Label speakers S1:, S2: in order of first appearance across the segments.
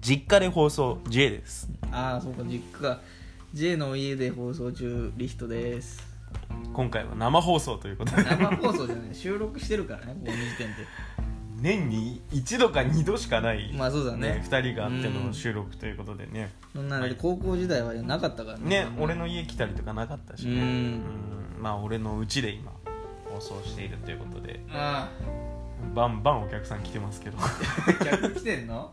S1: 実家で放送 J です
S2: ああそうか実家 J の家で放送中リヒトです
S1: 今回は生放送ということで
S2: 生放送じゃない収録してるからねこの時点で
S1: 年に一度か二度しかない、
S2: まあそうだね
S1: ね2人があって
S2: う
S1: の
S2: ん
S1: 収録ということでね
S2: そんなの
S1: は
S2: で
S1: い
S2: 高校時代はなかったから
S1: ね俺の家来たりとかなかったしね
S2: うん
S1: うんまあ俺の家で今放送しているということで
S2: あ
S1: バンバンお客さん来てますけど
S2: あ客来てんの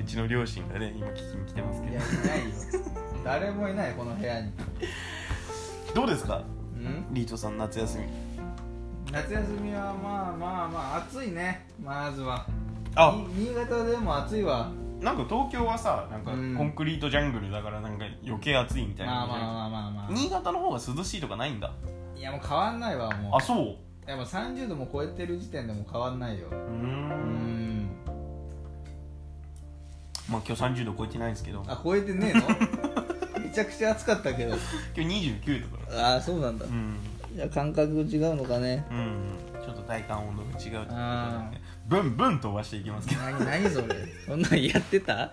S1: うちの両親がね今聞きに来てますけ
S2: いやいないよ誰もいないこの部屋に
S1: どどうですか
S2: うん
S1: リートさん夏休み
S2: 夏休みはまあまあまあ暑いねまずは
S1: あ
S2: に新潟でも暑いわ
S1: なんか東京はさなんか
S2: うん
S1: コンクリートジャングルだからなんか余計暑いみたいな
S2: まあ
S1: 感じ
S2: ま
S1: じ
S2: あ
S1: ゃない
S2: まあまあまあ、
S1: 新潟の方が涼しいとかないんだ
S2: いやもう変わんないわも
S1: あそう
S2: うやっぱ30度も超えてる時点でもう変わんないよ
S1: うー
S2: うんん
S1: まあ今日30度超えてないんですけど
S2: あ超えてねえ のめちゃくちゃ暑かったけど
S1: 今日29度だか
S2: ああそうなんだ
S1: らうん
S2: いや感覚違うのかね
S1: うんちょっと体感温度が違うってこと
S2: あ
S1: でねブンブン飛ばしていきますけど
S2: 何何それそんなんやってた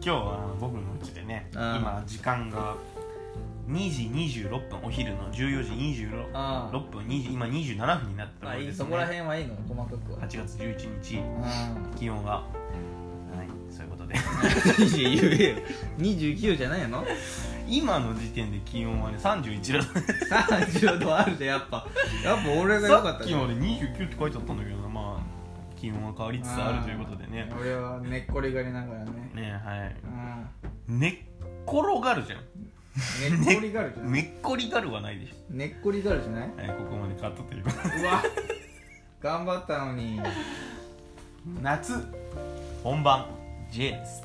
S1: 今日は僕の家でね
S2: あー
S1: 今時間が2時26分お昼の14時26
S2: ああ
S1: 分2時今27分になったとこ
S2: ま
S1: ろ
S2: あい
S1: で
S2: い
S1: す、ね
S2: そこら辺はいいの細かくは
S1: 8月11日
S2: あ
S1: 気温ははいそういうことで
S2: 20言えよ29じゃないの
S1: 今の時点で気温はね31度
S2: 30度あるでやっぱやっぱ俺が良か
S1: さ
S2: っ
S1: ったき
S2: ね
S1: まで29って書いてあったんだけどなまあ気温は変わりつつあるということでね
S2: あー俺は寝っ転がりながらね
S1: ねはい
S2: うん
S1: 寝っ転がるじゃ
S2: 寝っ転がるじゃ
S1: ん
S2: な
S1: 寝
S2: い
S1: っ転がるはないでし
S2: 寝っ転がるじゃない
S1: ょはいここまでカットということで
S2: うわ頑張ったのに
S1: 夏本番 J です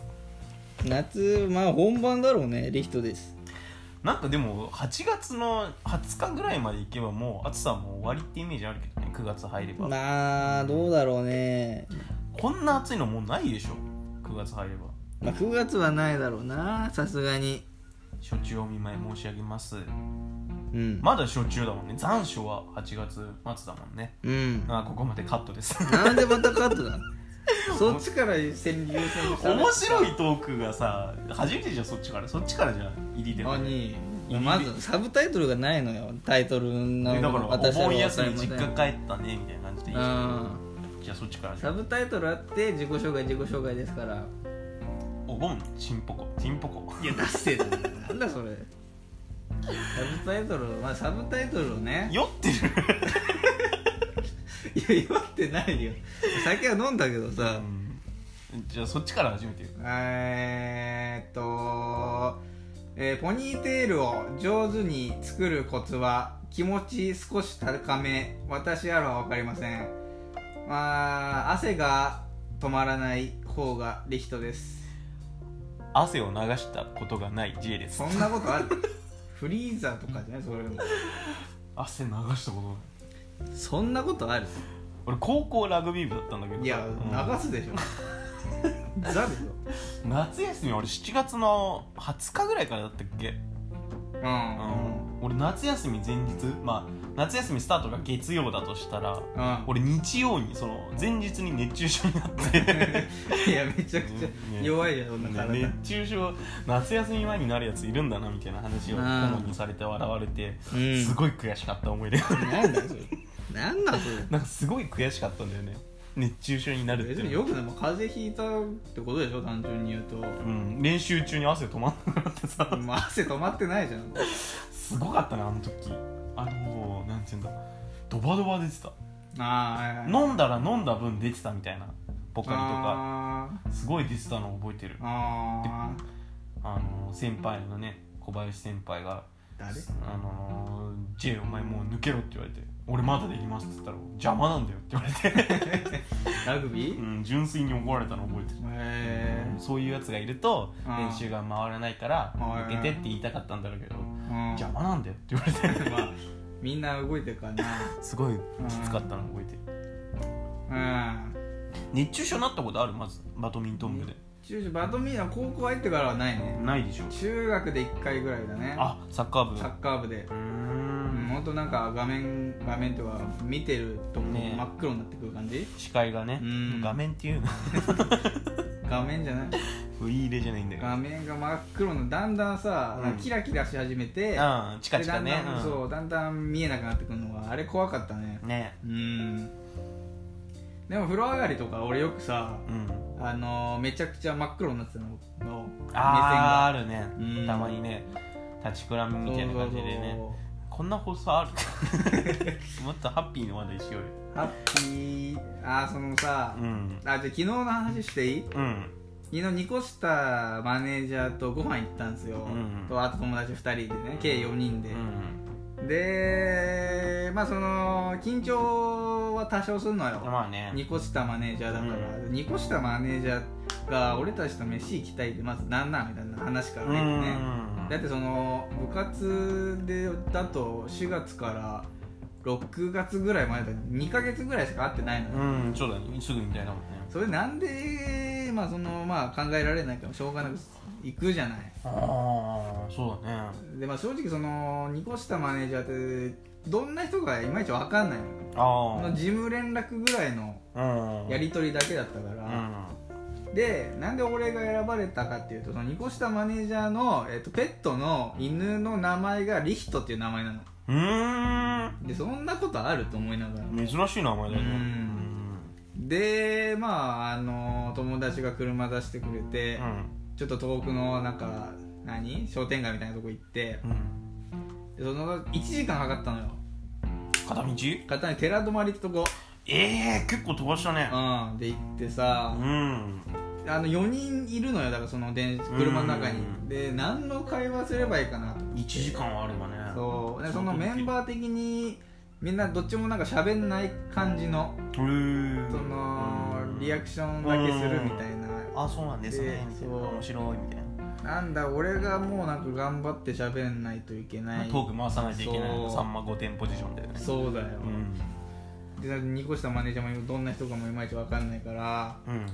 S2: 夏まあ本番だろうねリヒトです
S1: なんかでも8月の20日ぐらいまで行けばもう暑さもう終わりってイメージあるけどね9月入れば、
S2: まあどうだろうね、
S1: こんな暑いのもうないでしょ9月入れば
S2: まあ、9月はないだろうなさすがに
S1: 初中お見舞い申し上げます
S2: うん、
S1: まだ初中だもんね残暑は8月末だもんね
S2: うん
S1: あここまでカットです
S2: なんでまたカットだ そっちから先優先したら
S1: 面白いトークがさ初めてじゃんそっちからそっちからじゃん入りでも
S2: 何まずサブタイトルがないのよタイトルの
S1: えだからお
S2: 私は
S1: 盆休み
S2: 分
S1: 実
S2: か
S1: 家
S2: りま
S1: 帰ったねみたいな感じで
S2: せ
S1: いい
S2: ん
S1: じゃん
S2: うん
S1: じゃあそっちからじゃ
S2: サ
S1: ん
S2: ブタイトルあって自己紹介自己紹介ですから
S1: お盆チンポコチンポコ
S2: いや出せだなんだそれサブタイトルまあサブタイトルをね
S1: 酔ってる、
S2: いや酔ってないよ酒は飲んだけどさ、
S1: じゃあそっちから始めてよ
S2: えーっと、えーポニーテールを上手に作るコツは気持ち少し高め私あらは分かりませんまあ汗が止まらない方がリヒトです
S1: 汗を流したことがない J です
S2: そんなことあ るフリーザとかじゃないそれも
S1: 汗流したことない
S2: そんなことある
S1: 俺高校ラグビー部だったんだけど
S2: いや
S1: うん
S2: 流すでしょ ザルよ
S1: 夏休み俺7月の20日ぐらいからだったっけ、
S2: うん、
S1: うん、俺夏休み前日まあ夏休みスタートが月曜だとしたら
S2: うん
S1: 俺日曜にその前日に熱中症になって、ね
S2: いやめちゃくちゃ弱いじゃんそんな体、
S1: 熱中症夏休み前になるやついるんだなみたいな話を
S2: うん
S1: 顧問にされて笑われて、
S2: うん
S1: すごい悔しかった思い出が
S2: なんだよそれなんなんそれ
S1: なんかすごい悔しかったんだよね熱中症になるっ
S2: 別
S1: て
S2: に
S1: いうの
S2: よくでも風邪ひいたってことでしょ単純に言うと
S1: うん、練習中に汗止まんなくなってさ
S2: まあ汗止まってないじゃん
S1: すごかったなあの時あのもうなんていうんだドバドバ出てた
S2: ああはいはい
S1: 飲んだら飲んだ分出てたみたいなポカリとか
S2: あ
S1: すごい出てたの覚えてる
S2: ーあー
S1: あの先輩のね小林先輩が
S2: 誰
S1: 「あの J お前もう抜けろ」って言われて「俺まだできます」って言ったら「邪魔なんだよ」って言われて、
S2: ラグビ
S1: う
S2: ー
S1: ん、純粋に怒られたの覚えてる
S2: へ
S1: そういうやつがいると
S2: あー
S1: 練習が回らないから
S2: はい
S1: 抜けてって言いたかったんだろうけど
S2: え
S1: 邪魔なんだよって言われて
S2: まあみんな動いてるから
S1: すごい きつかったの覚えてる
S2: なうん
S1: 熱中症になったことあるまずバドミントン部で
S2: 中バドミントン高校入ってからはないね
S1: ないでしょ
S2: 中学で1回ぐらいだね
S1: あサッカー部
S2: サッカー部で
S1: うー
S2: うん
S1: ん
S2: ほんとなんか画面画面とか見てるともう
S1: ねえ
S2: 真っ黒になってくる感じ
S1: 視界がね
S2: うん
S1: 画面っていうの
S2: 画面じゃない
S1: 振り入れじゃないんだよ
S2: 画面が真っ黒のだんだんさ、
S1: うん
S2: キラキラし始めて、
S1: うんチカチカね
S2: でだんだん、
S1: うん
S2: そうだんだん見えなくなってくるのはあれ怖かったね
S1: ね
S2: うんでも風呂上がりとか俺よくさ
S1: うん
S2: あのめちゃくちゃ真っ黒になってたのの目線
S1: ああ
S2: が
S1: あるね
S2: うん
S1: たまにね立ちくらみみたいな感じでね
S2: そうそう
S1: こんな放送ある もっとハッピーの話題しようよ
S2: そうハッピーあーそのさ、
S1: うん
S2: あじゃあ昨日の話していい
S1: うん
S2: 昨日ニコスタマネージャーとご飯行ったんですよ、
S1: うん
S2: とあと友達2人でね計4人で、
S1: うん
S2: でまあその緊張は多少するのよ
S1: まあね
S2: ニコスタマネージャーだから、ニコスタマネージャーが俺たちと飯行きたいってまずなんなんみたいな話から
S1: う
S2: ね,、
S1: ん
S2: だってその部活でだと4月から6月ぐらいまでだ2ヶ月ぐらいしか会ってないのよ、
S1: うんそうだねすぐみたいなもんね
S2: それなんでまあそのまあ考えられないからしょうがなく行くじゃない
S1: ああそうだね
S2: でまあ正直そのニコスタマネージャーってどんな人かいまいちわかんないのそ
S1: あ
S2: の事務連絡ぐらいの
S1: あうん
S2: やり取りだけだったか
S1: う
S2: ら、
S1: ん
S2: でなんで俺が選ばれたかっていうとそのニコスタマネージャーの、えっとペットの犬の名前がリヒトっていう名前なの
S1: うーん
S2: でそんなことあると思いながら
S1: 珍しい名前だね
S2: うん
S1: うん
S2: でまああの友達が車出してくれて、
S1: うん
S2: ちょっと遠くのなんか何商店街みたいなとこ行って
S1: うん
S2: でその1時間かかったのよ
S1: 片道
S2: 片に寺泊りってとこ
S1: ええ結構飛ばしたね
S2: うんで行ってさ
S1: うん
S2: あの4人いるのよだからその電車の中に
S1: うん
S2: で何の会話すればいいかなと
S1: 1時間はあればね
S2: そうでそのメンバー的にみんなどっちもなんか喋んない感じの
S1: へー
S2: そのリアクションだけするみたいな
S1: あそうなんですね
S2: で
S1: みたいな
S2: そう
S1: 面白いみたい
S2: なんだ俺がもうなんか頑張って喋んないといけな
S1: ないトーク回さないといけない
S2: そう
S1: さんま5点ポジションだよね
S2: そうだよ
S1: うん
S2: でなんかニコシタマネージャーもどんな人かもいまいちわかんないから
S1: うん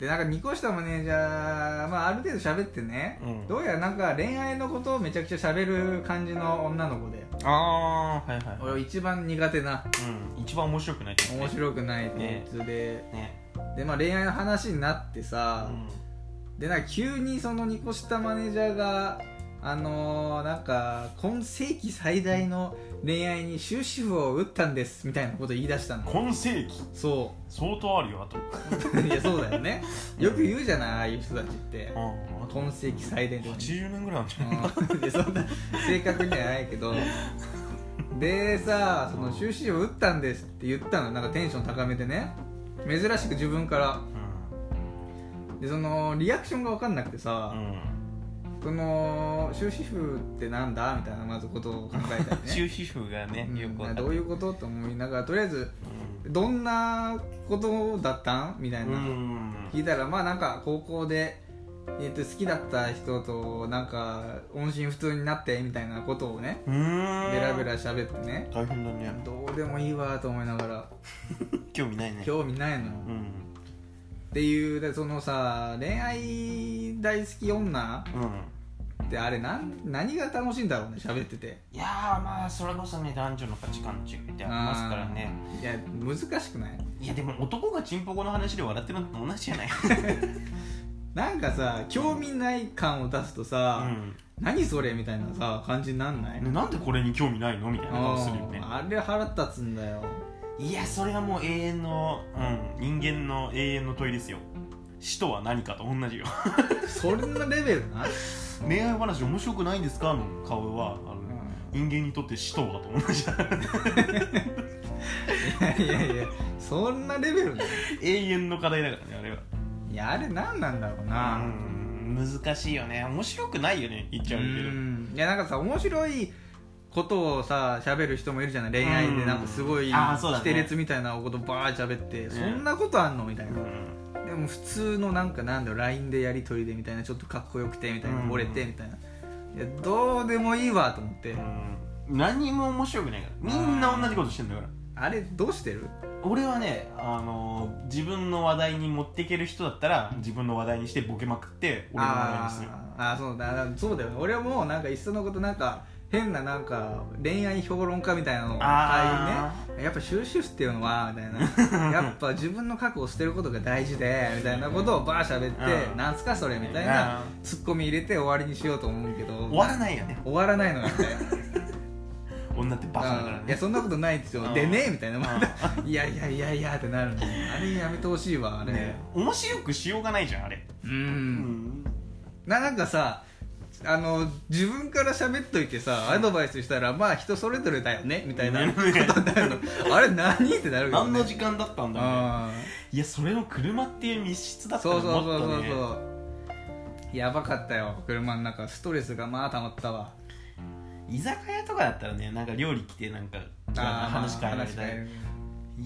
S2: でなんかニコシタマネージャー、まあ、ある程度喋ってね、
S1: うん
S2: どうやらなんか恋愛のことをめちゃくちゃ喋る感じの女の子で
S1: ああーはいはいはい
S2: 俺一番苦手な
S1: うん一番面白くないって
S2: 面白くないこいつで、
S1: ね
S2: でまあ恋愛の話になって
S1: う
S2: さ、
S1: ん
S2: でなんか急にそのニコシタマネージャーがあのー、なんか今世紀最大の恋愛に終止符を打ったんですみたいなこと言い出したの
S1: 今世紀
S2: そ
S1: 相当あるよあと
S2: う いやそうだよねよく言うじゃないああいう人たちって
S1: うんあと
S2: 今世紀最大の
S1: 80年ぐらいあるんじゃない
S2: うんでそんな正確にはないけどでさその終止符を打ったんですって言ったのなんかテンション高めてね珍しく自分からでそのリアクションが分かんなくてさ、
S1: うんうん
S2: その終止符ってなんだみたいなまずことを考えたり
S1: 終
S2: ね
S1: 止符が
S2: う
S1: ね
S2: ん
S1: よくわかん
S2: どういうことと思いながらとりあえず
S1: う
S2: どんなことだったんみたい
S1: んう
S2: な、
S1: ん
S2: 聞いたらまあなんか高校で、えっと好きだった人となんか音信不通になってみたいなことをね
S1: うーん
S2: ベラベラ喋ってね
S1: 大変だね
S2: どうでもいいわと思いながら
S1: 興味ないね
S2: 興味ないのよ
S1: うん
S2: っていうでそのさ恋愛大好き女
S1: うん
S2: ってあれなん何が楽しいんだろうね喋ってて
S1: いやーまあそれこそね男女の価値観の違いってありますからね
S2: いや難しくない
S1: いやでも男がチンポコの話で笑ってるのと同じじゃない
S2: なんかさ興味ない感を出すと
S1: う
S2: さ、
S1: ん
S2: 何それみたいなさ感じになんない、
S1: ねなんでこれに興味ないのみたいな顔するよね
S2: あーあれ腹立つんだよ
S1: いやそれはもう永遠の、うん、人間の永遠の問いですよ死とは何かと同じよ
S2: そんなレベルな、
S1: 恋愛話面白くないんですかの顔はあの、人間にとって死とはと同じだ
S2: いやいやいやそんなレベルな
S1: 永遠の課題だからねあれはい
S2: やあれ何なんだろうな、
S1: うん難しいよね面白くないよね言っちゃうけど
S2: うんいやなんかさ面白いことをさ喋る人もいるじゃない恋愛
S1: う
S2: で
S1: ん
S2: なんかすごい
S1: あーそうだね
S2: て列みたいなことバーッ喋って、そんなことあんのみたいな、
S1: うん
S2: でも普通のなんかなんだろう LINE でやり取りでみたいなちょっとかっこよくてみたいな
S1: うん
S2: 折れてみたいな、いやどうでもいいわと思って、
S1: うん何も面白くないからみんな同じことしてんだから
S2: あれどうしてる
S1: 俺はね、あのー自分の話題に持っていける人だったら自分の話題にしてボケまくって俺の話題にする
S2: あーあーそうだそうだよね俺はもうなんかいっそのことなんか変ななんか恋愛評論家みたいなのを
S1: あ
S2: 買いねやっぱ終止符っていうのはみたい なやっぱ自分の過去を捨てることが大事でみたいなことをバー喋って、
S1: うん
S2: なんすかそれみたい
S1: うん
S2: なツッコミ入れて終わりにしようと思うけど
S1: 終わらないよね
S2: 終わらないのよみたいな
S1: 女 ってバカだから
S2: いや
S1: ね
S2: そんなことないですよ
S1: うん
S2: でねみたいなまだ
S1: う
S2: いやいやいやいやってなるのあれやめてほしいわあれ、
S1: ね面白くしようがないじゃんあれ
S2: う
S1: うん
S2: ななんかさあの自分から喋っといてさアドバイスしたらまあ人それぞれだよねみたいな
S1: ね
S2: ことになるの あれ何ってなるけど、
S1: 何
S2: ね、
S1: の時間だったんだろうね
S2: あ
S1: いやそれの車っていう密室だった
S2: そ
S1: ら
S2: うそうそ
S1: もっ
S2: うそ
S1: と
S2: う
S1: ね
S2: そうやばかったよ車の中ストレスがまあ溜まったわ
S1: 居酒屋とかだったらねなんか料理来てなんか
S2: あー
S1: 話変えられ
S2: 話
S1: た
S2: 変
S1: り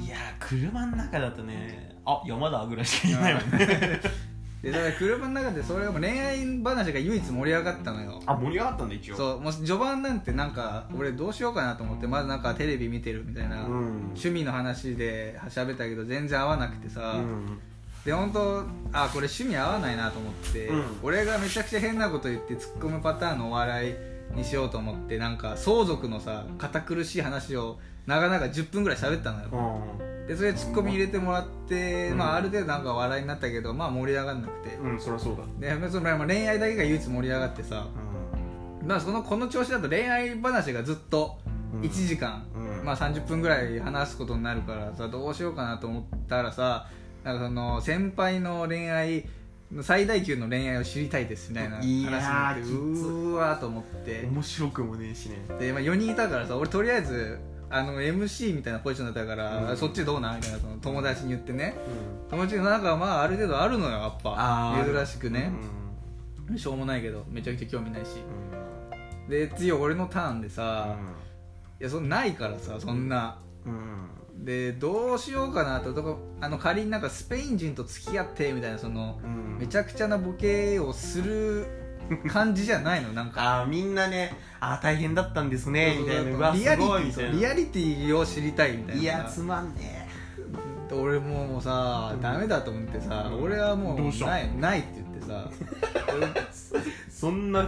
S2: え
S1: いやー車の中だとねあ山だぐらいしか言えないもんね
S2: でだから車の中でそれがもう恋愛話が唯一盛り上がったのよ
S1: あ盛り上がったんだ一応う、
S2: そうもう序盤なんてなんか俺どうしようかなと思ってまずなんかテレビ見てるみたいな、
S1: ん
S2: 趣味の話で喋ったけど全然合わなくて
S1: う
S2: さ、
S1: ん、
S2: で本当あこれ趣味合わないなと思って、
S1: うん
S2: 俺がめちゃくちゃ変なこと言って突っ込むパターンのお笑いにしようと思ってなんか相続のさ堅苦しい話をなかなか10分ぐらい喋ったのよでそれツッコミ入れてもらって、
S1: うん
S2: まあ、ある程度なんか笑いになったけどまあ盛り上がんなくて、
S1: うん、そりゃそうだ、
S2: でそのまあ恋愛だけが唯一盛り上がってさ、
S1: う
S2: まあ、そのこの調子だと恋愛話がずっと
S1: うん
S2: 1時間、
S1: うん
S2: まあ、30分ぐらい話すことになるからさどうしようかなと思ったらさなんかその先輩の恋愛最大級の恋愛を知りたいですみたいな話になって
S1: いやー
S2: う
S1: きつ
S2: ーわーと思って
S1: 面白くもねえしね
S2: で、まあ、4人いたからさ俺とりあえずあの MC みたいなポジションだったから、
S1: うん
S2: そっちどうなんみたいなその友達に言ってね
S1: うん
S2: 友達がなんかまあある程度あるのよやっぱ
S1: あー
S2: 珍しくね、しょうもないけどめちゃくちゃ興味ないしで次俺のターンでさ、いやそんなないからさそんな、
S1: うんうん
S2: でどうしようかなととかあの仮になんかスペイン人と付き合ってみたいなその
S1: うん
S2: めちゃくちゃなボケを する感じじゃないのなんか
S1: ああみんなねああ大変だったんですねみたいなう
S2: リ
S1: わ
S2: アリテ
S1: すごいみ
S2: ィ
S1: た
S2: そ
S1: いうな
S2: リアリティを知りたいみたいない
S1: やつまんね
S2: 俺もうさダメだと思ってさ
S1: うん
S2: 俺はも
S1: どうし
S2: う
S1: た
S2: ないないって言って さ
S1: えそんな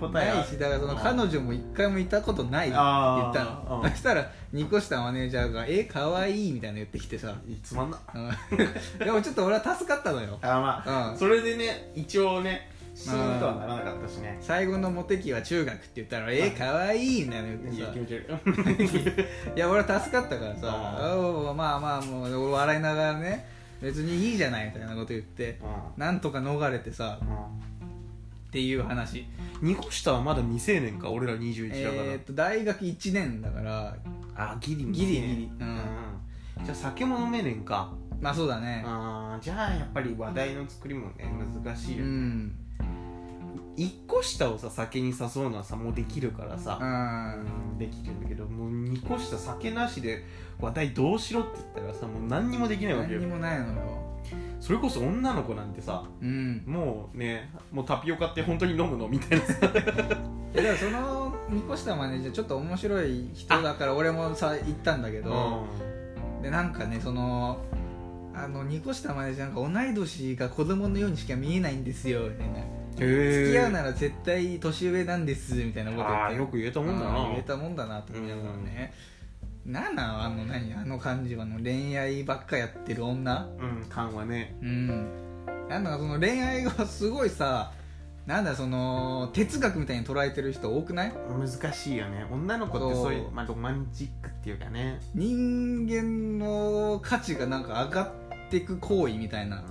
S1: 答え
S2: ないしだからその彼女も一回もいたことないって言ったの
S1: あー
S2: そしたらニコしたマネージャーが「え可愛いみたいなの言ってきてさ
S1: いつまんな
S2: うん でもちょっと俺は助かったのよ
S1: あーまあ、
S2: うん
S1: それでね一応ね死因とはならなかったしね
S2: 最後のモテ期は中学って言ったら「えー、かわいい」なの言って
S1: いや
S2: さ
S1: 気持ち悪い
S2: いや俺は助かったからさ
S1: あ
S2: あーまあまあもう笑いながらね別にいいじゃないみたいなこと言って
S1: う
S2: なんとか逃れて
S1: ん
S2: さっていう話
S1: うんニコシタはまだ未成年か俺ら21だから、
S2: えー、っと大学1年だから
S1: あギリ
S2: ギリギリ
S1: う
S2: うんん、
S1: じゃあ酒も飲めねんか
S2: まあそうだね
S1: あーじゃあやっぱり話題の作りもね難しいうよ、
S2: ん
S1: 一個下をさ酒に誘うのはさもうできるから
S2: う
S1: さ、
S2: ん
S1: うんできるんだけどもう二個下酒なしで話題どうしろって言ったらさもう何にもできないわけ
S2: 何
S1: よ
S2: にもないのよ
S1: それこそ女の子なんてさ
S2: うん
S1: もうねもうタピオカって本当に飲むのみたいなさ
S2: でもそのニコしたマネージャーちょっと面白い人だから俺もさ行ったんだけど、でなんかねそのあの2個下までじゃなんか同い年が子供のようにしか見えないんですよみたいな付き合うな
S1: ら
S2: ら絶対年上なんですみたいなこと言っ
S1: あ
S2: て
S1: ーよく言えたもんだ
S2: うん
S1: な
S2: 言えたもんだなと思いながらね、なんなんあの何あの感じはあの恋愛ばっかやってる女
S1: うん感はね
S2: うんなんだかその恋愛がすごいさなんだその哲学みたいに捉えてる人多くない
S1: 難しいよね女の子ってそういう、まあ、ロマンチックっていうかね、
S2: 人間の価値がなんか上がってく行為みたいな、
S1: う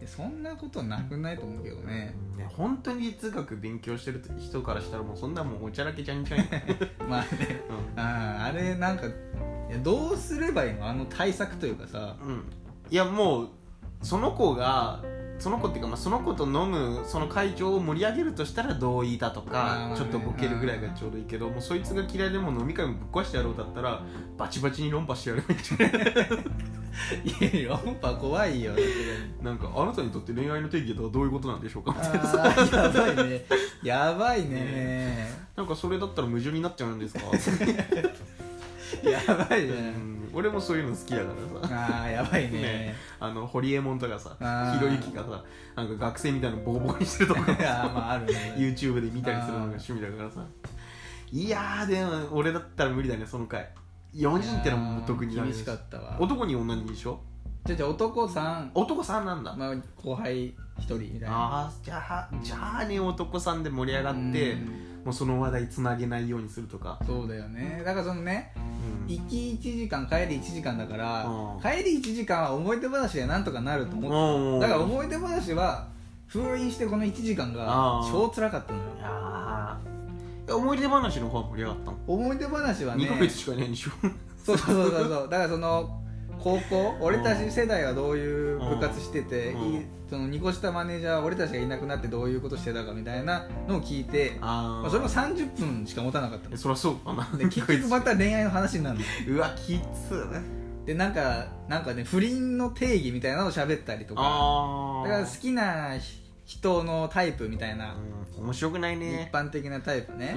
S2: でそんなことなくないと思うけど
S1: ん
S2: ね、
S1: ね本当に哲学勉強してる人からしたらもうそんなもうおちゃらけちゃんちゃんや、
S2: まあねあーあれなんかいやどうすればいいのあの対策というかさ
S1: うん、うん、いやもうその子がその子っていうか、まあ、その子と飲むその会場を盛り上げるとしたら同意だとか、
S2: あーまあね
S1: ちょっとボケるぐらいがちょうどいいけどもうそいつが嫌いでもう飲み会もぶっ壊してやろうだったらバチバチに論破してやればいいんじゃない
S2: いや論破怖いよだけ
S1: なんかあなたにとって恋愛の定義とはどういうことなんでしょう かみたいな
S2: どあーやばいねやばいね
S1: なんかそれだったら矛盾になっちゃうんですか、
S2: やばいうね
S1: ん、俺もそういうの好きだからさ
S2: あーやばいね
S1: ねあのホリエモンとかさ
S2: あー
S1: ひろゆきがさなんか学生みたいなのボコボコにしてると
S2: あ
S1: か
S2: ーまああるね
S1: YouTube で見たりするのが趣味だからさいやーでも俺だったら無理だねその回4人ってのも特にダメだ
S2: 厳しかったわ
S1: 男に女にでしょ
S2: じゃあじゃあ男さん、
S1: 男さんなんだ、
S2: まあ、後輩一人みたいな
S1: あーじゃあじゃあね男さんで盛り上がって、
S2: うん
S1: もうその話題つなげないようにするとか、
S2: そうだよねだからそのね
S1: うん
S2: 行き1時間帰り1時間だから
S1: うん
S2: 帰り1時間は思い出話でなんとかなると思っ
S1: うん
S2: てだから思い出話は封印してこの1時間が
S1: うん
S2: 超辛かったのよ
S1: いやー思い出話の方は盛り上がったの、
S2: 思い出話はね
S1: 2ヶ月しかいないんでしょ
S2: そうそうそうそうそうだからその高校俺たち世代はどういう部活してて、
S1: うん
S2: いいその2個下マネージャー俺たちがいなくなってどういうことしてたかみたいなのを聞いて
S1: あ
S2: まあ、それも30分しか持たなかったの
S1: そりゃそうかな
S2: で結局また恋愛の話になるの
S1: うわきつ
S2: でなんかなんかね不倫の定義みたいなのを喋ったりとか
S1: あ
S2: だ
S1: あ
S2: から好きな人のタイプみたいな、
S1: うん、面白くない
S2: 一
S1: ね
S2: 般的なタイプね、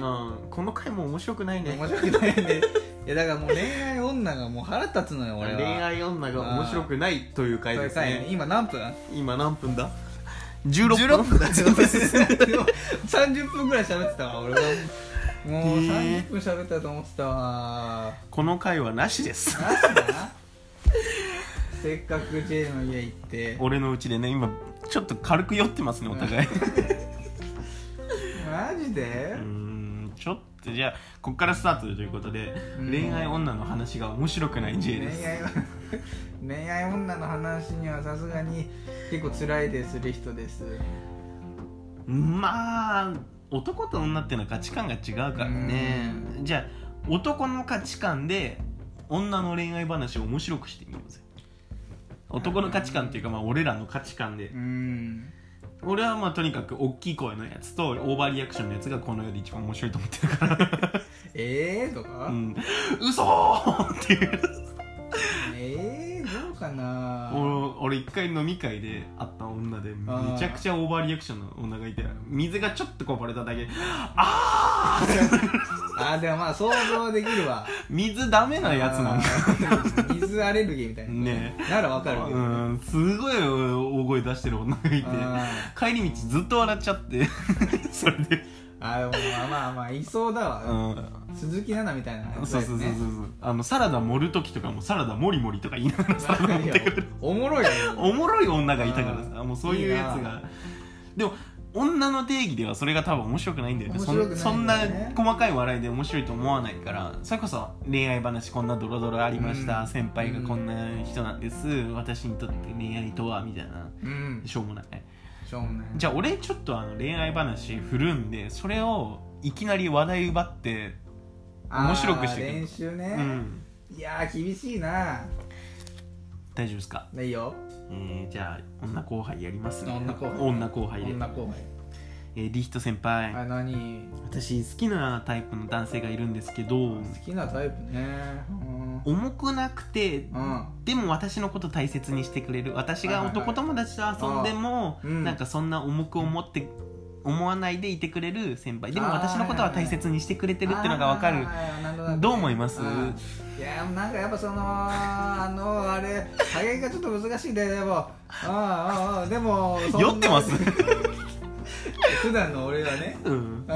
S1: うん、この回も面白くないね
S2: 面白くないね いやだからもう恋愛女がもう腹立つのよ俺は
S1: 恋愛女が面白くないという回です
S2: そういう回ね
S1: ね
S2: 今何分
S1: 今何分だ16分
S2: だよ30分ぐらい喋ってたわ俺はもう
S1: へー
S2: 30分喋ったと思ってたわ
S1: この回はなしです
S2: なしだ なせっかく J の家行って
S1: 俺のうちでね今ちょっと軽く酔ってますねお互い
S2: マジで
S1: うー、んちょっとじゃあこっからスタートということで
S2: うん
S1: 恋愛女の話が面白くない J です
S2: 恋愛は恋愛女の話にはさすがに結構辛いでする人です
S1: まあ男と女っていうのは価値観が違うからねじゃあ男の価値観で女の恋愛話を面白くしてみようぜ男の価値観っていうかまあ俺らの価値観で
S2: うん
S1: 俺はまあとにかく大きい声のやつとオーバーリアクションのやつがこの世で一番面白いと思ってるから
S2: ええー、と
S1: う
S2: か、
S1: ん嘘ーっていう
S2: ええー、どうかな
S1: お俺一回飲み会で会った女でめちゃくちゃオーバーリアクションの女がいて水がちょっとこぼれただけでああ
S2: あーでもまあ想像できるわ
S1: 水ダメな やつなんだ
S2: だ水アレルギーみたいな
S1: ね
S2: ならわかるけど、
S1: うんすごい大声出してる女がいて
S2: あ
S1: 帰り道ずっと笑っちゃって それで、
S2: ーあーでもまあまあまあいそうだ
S1: う
S2: わ、
S1: ん、
S2: 鈴木奈々みたいなやつ
S1: そ
S2: だ
S1: うそう
S2: よ
S1: そうそうそうあのサラダ盛る時とかもサラダモリモリとか言いながらサラダ
S2: ね
S1: 盛ってくる
S2: おもろいよ
S1: おもろい女がいたからさもうそういうやつ
S2: いい
S1: がでも女の定義ではそれが多分面白くないんだよね
S2: 面白くないんだよね
S1: そんそんな細かい笑いで面白いと思わないからそれこそ恋愛話こんなドロドロありました、
S2: うん
S1: 先輩がこんな人なんです、私にとって恋愛とはみたいな
S2: うん
S1: しょうもない
S2: しょうもない
S1: じゃあ俺ちょっとあの恋愛話振るんでそれをいきなり話題奪って
S2: あー
S1: 面白くしていく
S2: 練習ね、
S1: うん
S2: いやー厳しいな
S1: 大丈夫ですか、
S2: いいよ
S1: えー、じゃあ女後輩やりますね
S2: 女後輩
S1: 女後輩で
S2: 女後輩
S1: えー、リヒト先輩、
S2: あ何
S1: 私好きなタイプの男性がいるんですけど
S2: 好きなタイプねうん
S1: 重くなくて
S2: うん
S1: でも私のこと大切にしてくれる私が男友達と遊んでも、
S2: あーうん
S1: なんかそんな重く思って思わないでいてくれる先輩でも
S2: あー
S1: 私のことは大切にしてくれてるってのが分かる
S2: あーなるほね
S1: どう思います
S2: うんいやーなんかやっぱそのあのあれ打撃がちょっと難しいででもあーあーあーでもそんな
S1: 酔ってます
S2: 普段の俺はね
S1: うん
S2: あ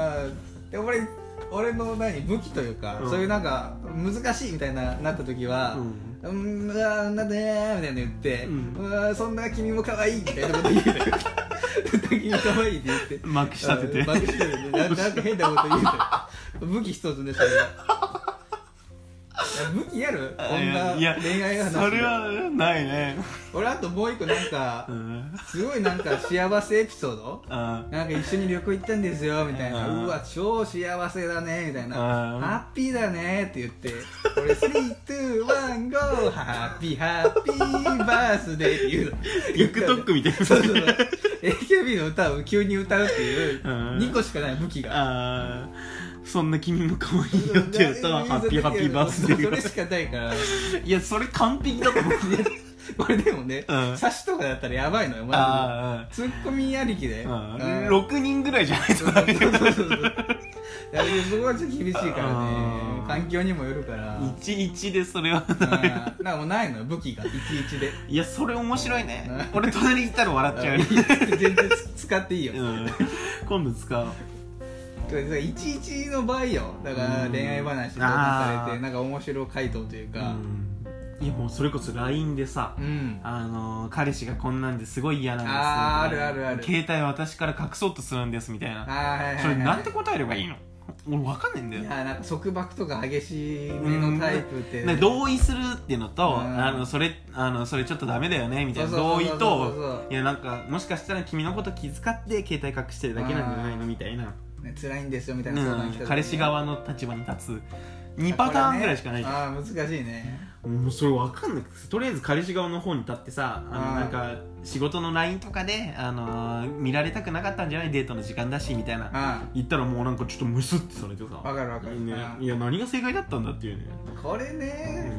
S2: ーで俺俺の何武器というか、
S1: うん
S2: そういうなんか難しいみたいななった時は、
S1: うん
S2: うん、うわなんだねーみたいなの言って、う
S1: うん
S2: わそんな君も可愛いみたいなこと言 うのよ君も可愛いって言って
S1: まくし立てて
S2: うんバカしててねななんか変なこと 言うのよ武器一つねそれはいや武器やる
S1: あいや
S2: 女
S1: いや
S2: 恋愛話
S1: それはないね
S2: 俺あともう一個なんか
S1: うん
S2: すごいなんか幸せエピソード
S1: あ
S2: なんか一緒に旅行行ったんですよみたいな、
S1: う
S2: うんわ超幸せだねみたいな、
S1: うん
S2: ハッピーだねって言って俺321 GO ハッピーハッピーバースデーって言うの
S1: TikTok みたいな
S2: そうそうそう AKB の歌を急に歌うっていう
S1: うん
S2: 2個しかない武器が
S1: あーそんな君も可愛いよって歌はハッピーハッピーバースデ
S2: それ
S1: ー
S2: しかないから
S1: いやそれ完璧だと思う
S2: これでもね、
S1: うん
S2: サシとかだったらやばいのよマ
S1: あ
S2: ジでツッコミありきで、
S1: ーあ
S2: う
S1: ー
S2: ん
S1: 6人ぐらいじゃないと
S2: そう
S1: ダ
S2: そう
S1: メ
S2: そうそういやでもそこはちょっと厳しいからね
S1: あー
S2: 環境にもよるからうん
S1: 11でそれは
S2: なんかもうないのよ武器がいちいちで
S1: いやそれ面白いね
S2: うん
S1: 俺隣にいたら笑っちゃうね
S2: 全然使っていいよ、
S1: うん今度使おう
S2: 11の場合よだから
S1: うん
S2: 恋愛話とかされ
S1: あー
S2: てなんか面白回答というか
S1: いやもうそれこそ LINE でさ
S2: うん
S1: あのー彼氏がこんなんですごい嫌なんです
S2: あー
S1: みたいな
S2: あるあるある
S1: 携帯私から隠そうとするんですみたいな
S2: はいはいはいはい
S1: それなんて答えればいいの俺分かんないんだ
S2: い
S1: よ
S2: やなんか束縛とか激しめのタイプって
S1: ね同意するっていうのと、
S2: うん
S1: あのそれあのそれちょっとダメだよねみたいな同意
S2: そう
S1: と
S2: そうそう
S1: いやなんかもしかしたら君のこと気遣って携帯隠してるだけなんじゃないのみたいな、
S2: そうね辛いんですよみた
S1: う
S2: いな相談
S1: ん
S2: 来た時に、
S1: 彼氏側の立場に立つ2パターンぐらいしかないじゃん
S2: ああー難しいね
S1: もうそれわかんないとりあえず彼氏側の方に立ってさあ
S2: うん
S1: のなんか仕事の LINE とかで、あのー見られたくなかったんじゃないデートの時間だしみたいな
S2: あ
S1: 言ったらもうなんかちょっとムスってされて
S2: あわ
S1: さ
S2: かるわかる、
S1: ね
S2: うん
S1: いや何が正解だったんだっていうね、
S2: これね、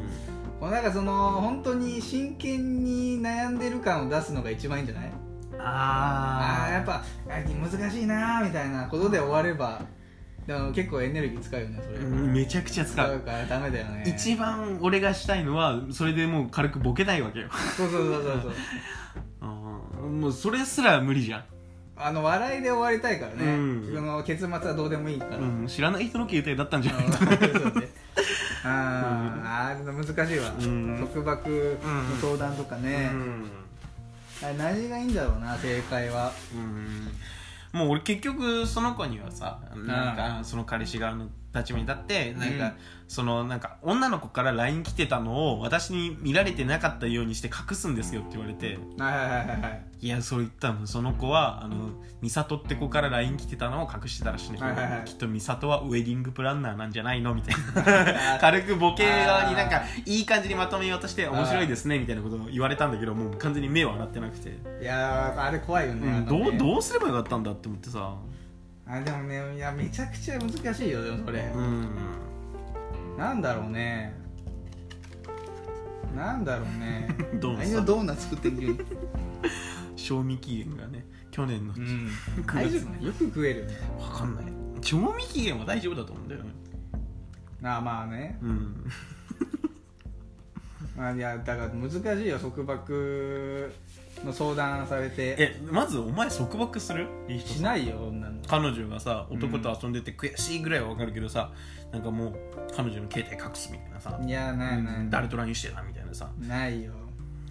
S2: こうなんかその本当に真剣に悩んでる感を出すのが一番いいんじゃない
S1: うん
S2: あ
S1: あ
S2: あ
S1: ー
S2: やっぱあ難しいなーみたいなことで終わればでも結構エネルギー使うよねそれ、
S1: うんめちゃくちゃ使
S2: 使う
S1: う
S2: からダメだよね
S1: 一番俺がしたいのはそれでもう軽くボケないわけよ
S2: そうそうそ うそうそう
S1: うんもうそれすら無理じゃん、
S2: あの笑いで終わりたいからね、
S1: うん
S2: その結末はどうでもいいから、
S1: うん、知らない人の携帯だったんじゃないか
S2: あーあー難しいわ、
S1: うん
S2: 束縛の相談とかね、
S1: うん
S2: あれ何がいいんだろうな正解は
S1: うんもう俺結局その子にはさなんかその彼氏側の立場に立ってなんか、
S2: うん
S1: そのなんか女の子から LINE 来てたのを私に見られてなかったようにして隠すんですよって言われて
S2: はいはいはいはい
S1: いやそう言ったのその子はあの美里って子から LINE 来てたのを隠してたらしいんだけど、
S2: はいはいはい
S1: きっと美里はウェディングプランナーなんじゃないのみたい
S2: あ
S1: な
S2: ー
S1: 軽くボケ側になんかいい感じにまとめようとして面白いですねみたいなことを言われたんだけどもう完全に目は洗ってなくて、
S2: いやーあれ怖いよね,、
S1: うん、
S2: なんかね
S1: どうどうすればよかったんだって思ってさ
S2: あでもねいやめちゃくちゃ難しいよでもそれ、
S1: うん
S2: なんだろうねなんだろうね
S1: ドーナツ
S2: あいのドーナツ作ってみる
S1: 賞味期限がね去年の
S2: う
S1: 分
S2: ん
S1: 9
S2: 大
S1: 月
S2: 丈夫よく食えるよね
S1: かんない賞味期限は大丈夫だと思うんだよね
S2: あーまあね
S1: うん
S2: まあいやだから難しいよ束縛の相談されて
S1: えまずお前束縛するいい人
S2: しないよ女の
S1: 彼女がさ
S2: うん
S1: 男と遊んでて悔しいぐらいはわかるけどさ、なんかもう彼女の携帯隠すみたいなさ、
S2: いやないな
S1: う
S2: い、
S1: ん誰と LINE してたみたいなさ
S2: ないよ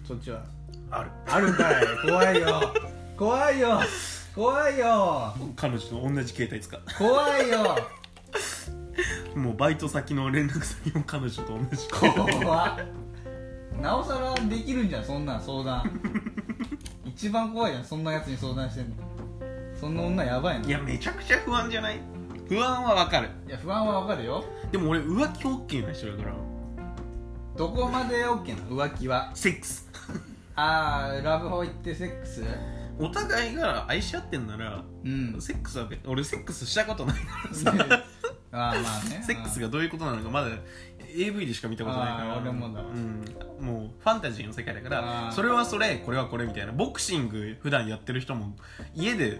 S2: そっちは
S1: ある
S2: あるんかい怖いよ怖いよ怖いよ
S1: 彼女と同じ携帯使
S2: 怖いよ
S1: う もうバイト先の連絡先も彼女と同 じ携帯
S2: 怖っなおさらできるんじゃんそんなん相談一番怖いじゃんそんなやつに相談してんのそんな女やばいの
S1: い
S2: いや
S1: やめちゃくちゃ不安じゃない不安はわかる
S2: 不安はわかるよ
S1: でも俺浮気 OK な人だから
S2: どこまで OK なの浮気は
S1: セックス
S2: ああラブホ行ってセックス
S1: お互いが愛し合ってんなら、
S2: うん
S1: セックスは別俺セックスしたことないから
S2: ま
S1: さ
S2: あまあね
S1: セックスがどういうことなのかまだ AV でしか見たことないから
S2: あー俺もだわ
S1: うん、もうファンタジーの世界だから
S2: あー
S1: それはそれこれはこれみたいなボクシング普段やってる人も家で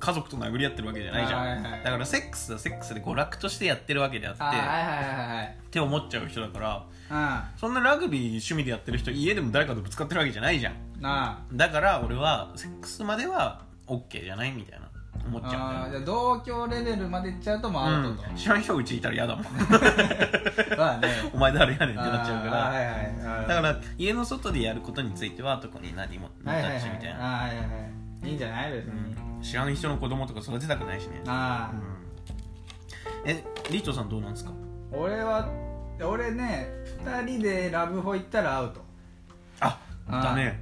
S1: 家族と殴り合ってるわけじゃないじゃん、
S2: はいはいはい
S1: だからセックスはセックスで娯楽としてやってるわけであって
S2: あーはいはいはいはい
S1: って思っちゃう人だから
S2: あ
S1: そんなラグビー趣味でやってる人家でも誰かとぶつかってるわけじゃないじゃん
S2: あな
S1: だから俺はセックスまでは OK じゃないみたいな思っちゃ
S2: あ
S1: うんだ
S2: ーじゃ
S1: よ
S2: あ同居レベルまでいっちゃうともうアウトと、
S1: うん、知らん人うちいたら嫌だもん
S2: まあ ね
S1: お前誰やねんって
S2: あー
S1: なっちゃうか
S2: は
S1: ら
S2: いはい はい
S1: だから家の外でやることについては特に何もな
S2: は
S1: か
S2: い
S1: っ
S2: はいは
S1: たし
S2: い
S1: みたいな、
S2: あーはいはいはいいいんじゃない別に、
S1: うん、知らん人の子供とか育てたくないしね、
S2: あ
S1: う
S2: あ、
S1: ん、えリートさんどうなんですか
S2: 俺は俺ね2人でラブホ行ったらアウト
S1: あ
S2: あー
S1: だね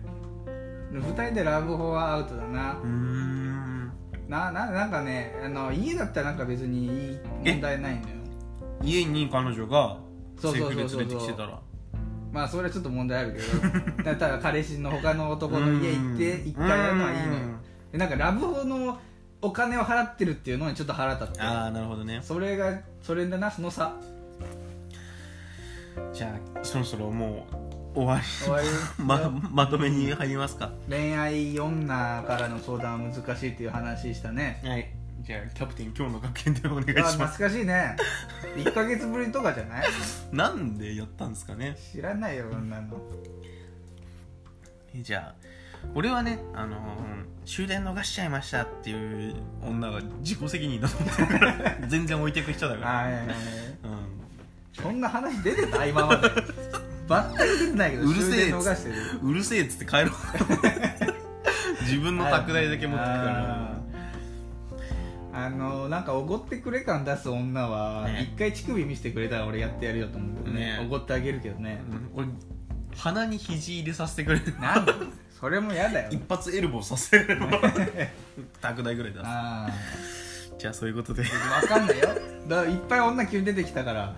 S2: 2人でラブホはアウトだな
S1: うーん
S2: なななんかねあの家だったらなんか別にいい問題ないのよ
S1: 家に彼女がセ
S2: そう
S1: ー
S2: そう
S1: フ
S2: そ
S1: で
S2: うそう
S1: 連れてきてたら
S2: まあそれはちょっと問題ある けどだただ彼氏の他の男の家行って
S1: うん
S2: 一回やるのはいいのよ
S1: うん
S2: でなんかラブホのお金を払ってるっていうのにちょっと腹立って
S1: ああなるほどね
S2: それがそれだなその差
S1: じゃあそろそろもう終わり
S2: 終わり
S1: ままとめに入りますか
S2: 恋愛女からの相談は難しいっていう話したね
S1: はいじゃあキャプテン今日の学研でお願い
S2: あ
S1: します
S2: 懐かしいね1か月ぶりとかじゃない
S1: なんでやったんですかね
S2: 知らないよこんなの
S1: じゃあ俺はね、あのー終電逃しちゃいましたっていう女は自己責任だと思ってるから 全然置いていく人だから、
S2: はいはいはいそんな話出てた今まで全く出てないけど
S1: うるせえ
S2: 終電逃してる
S1: うん、うるせえっつって帰ろう 自分の拓大だけ持ってくから
S2: あーあのなんかおごってくれ感出す女は
S1: ね
S2: 一回乳首見せてくれたら俺やってやるよと思うけどね
S1: ね
S2: おごってあげるけどね
S1: うん俺鼻に肘入れさせてくれる
S2: なんだそれも嫌だよ
S1: 一発エルボーさせる の拓大ぐらいだ
S2: あ
S1: じゃあそういうことで
S2: あ分かんないよだからいっぱい女急に出てきたから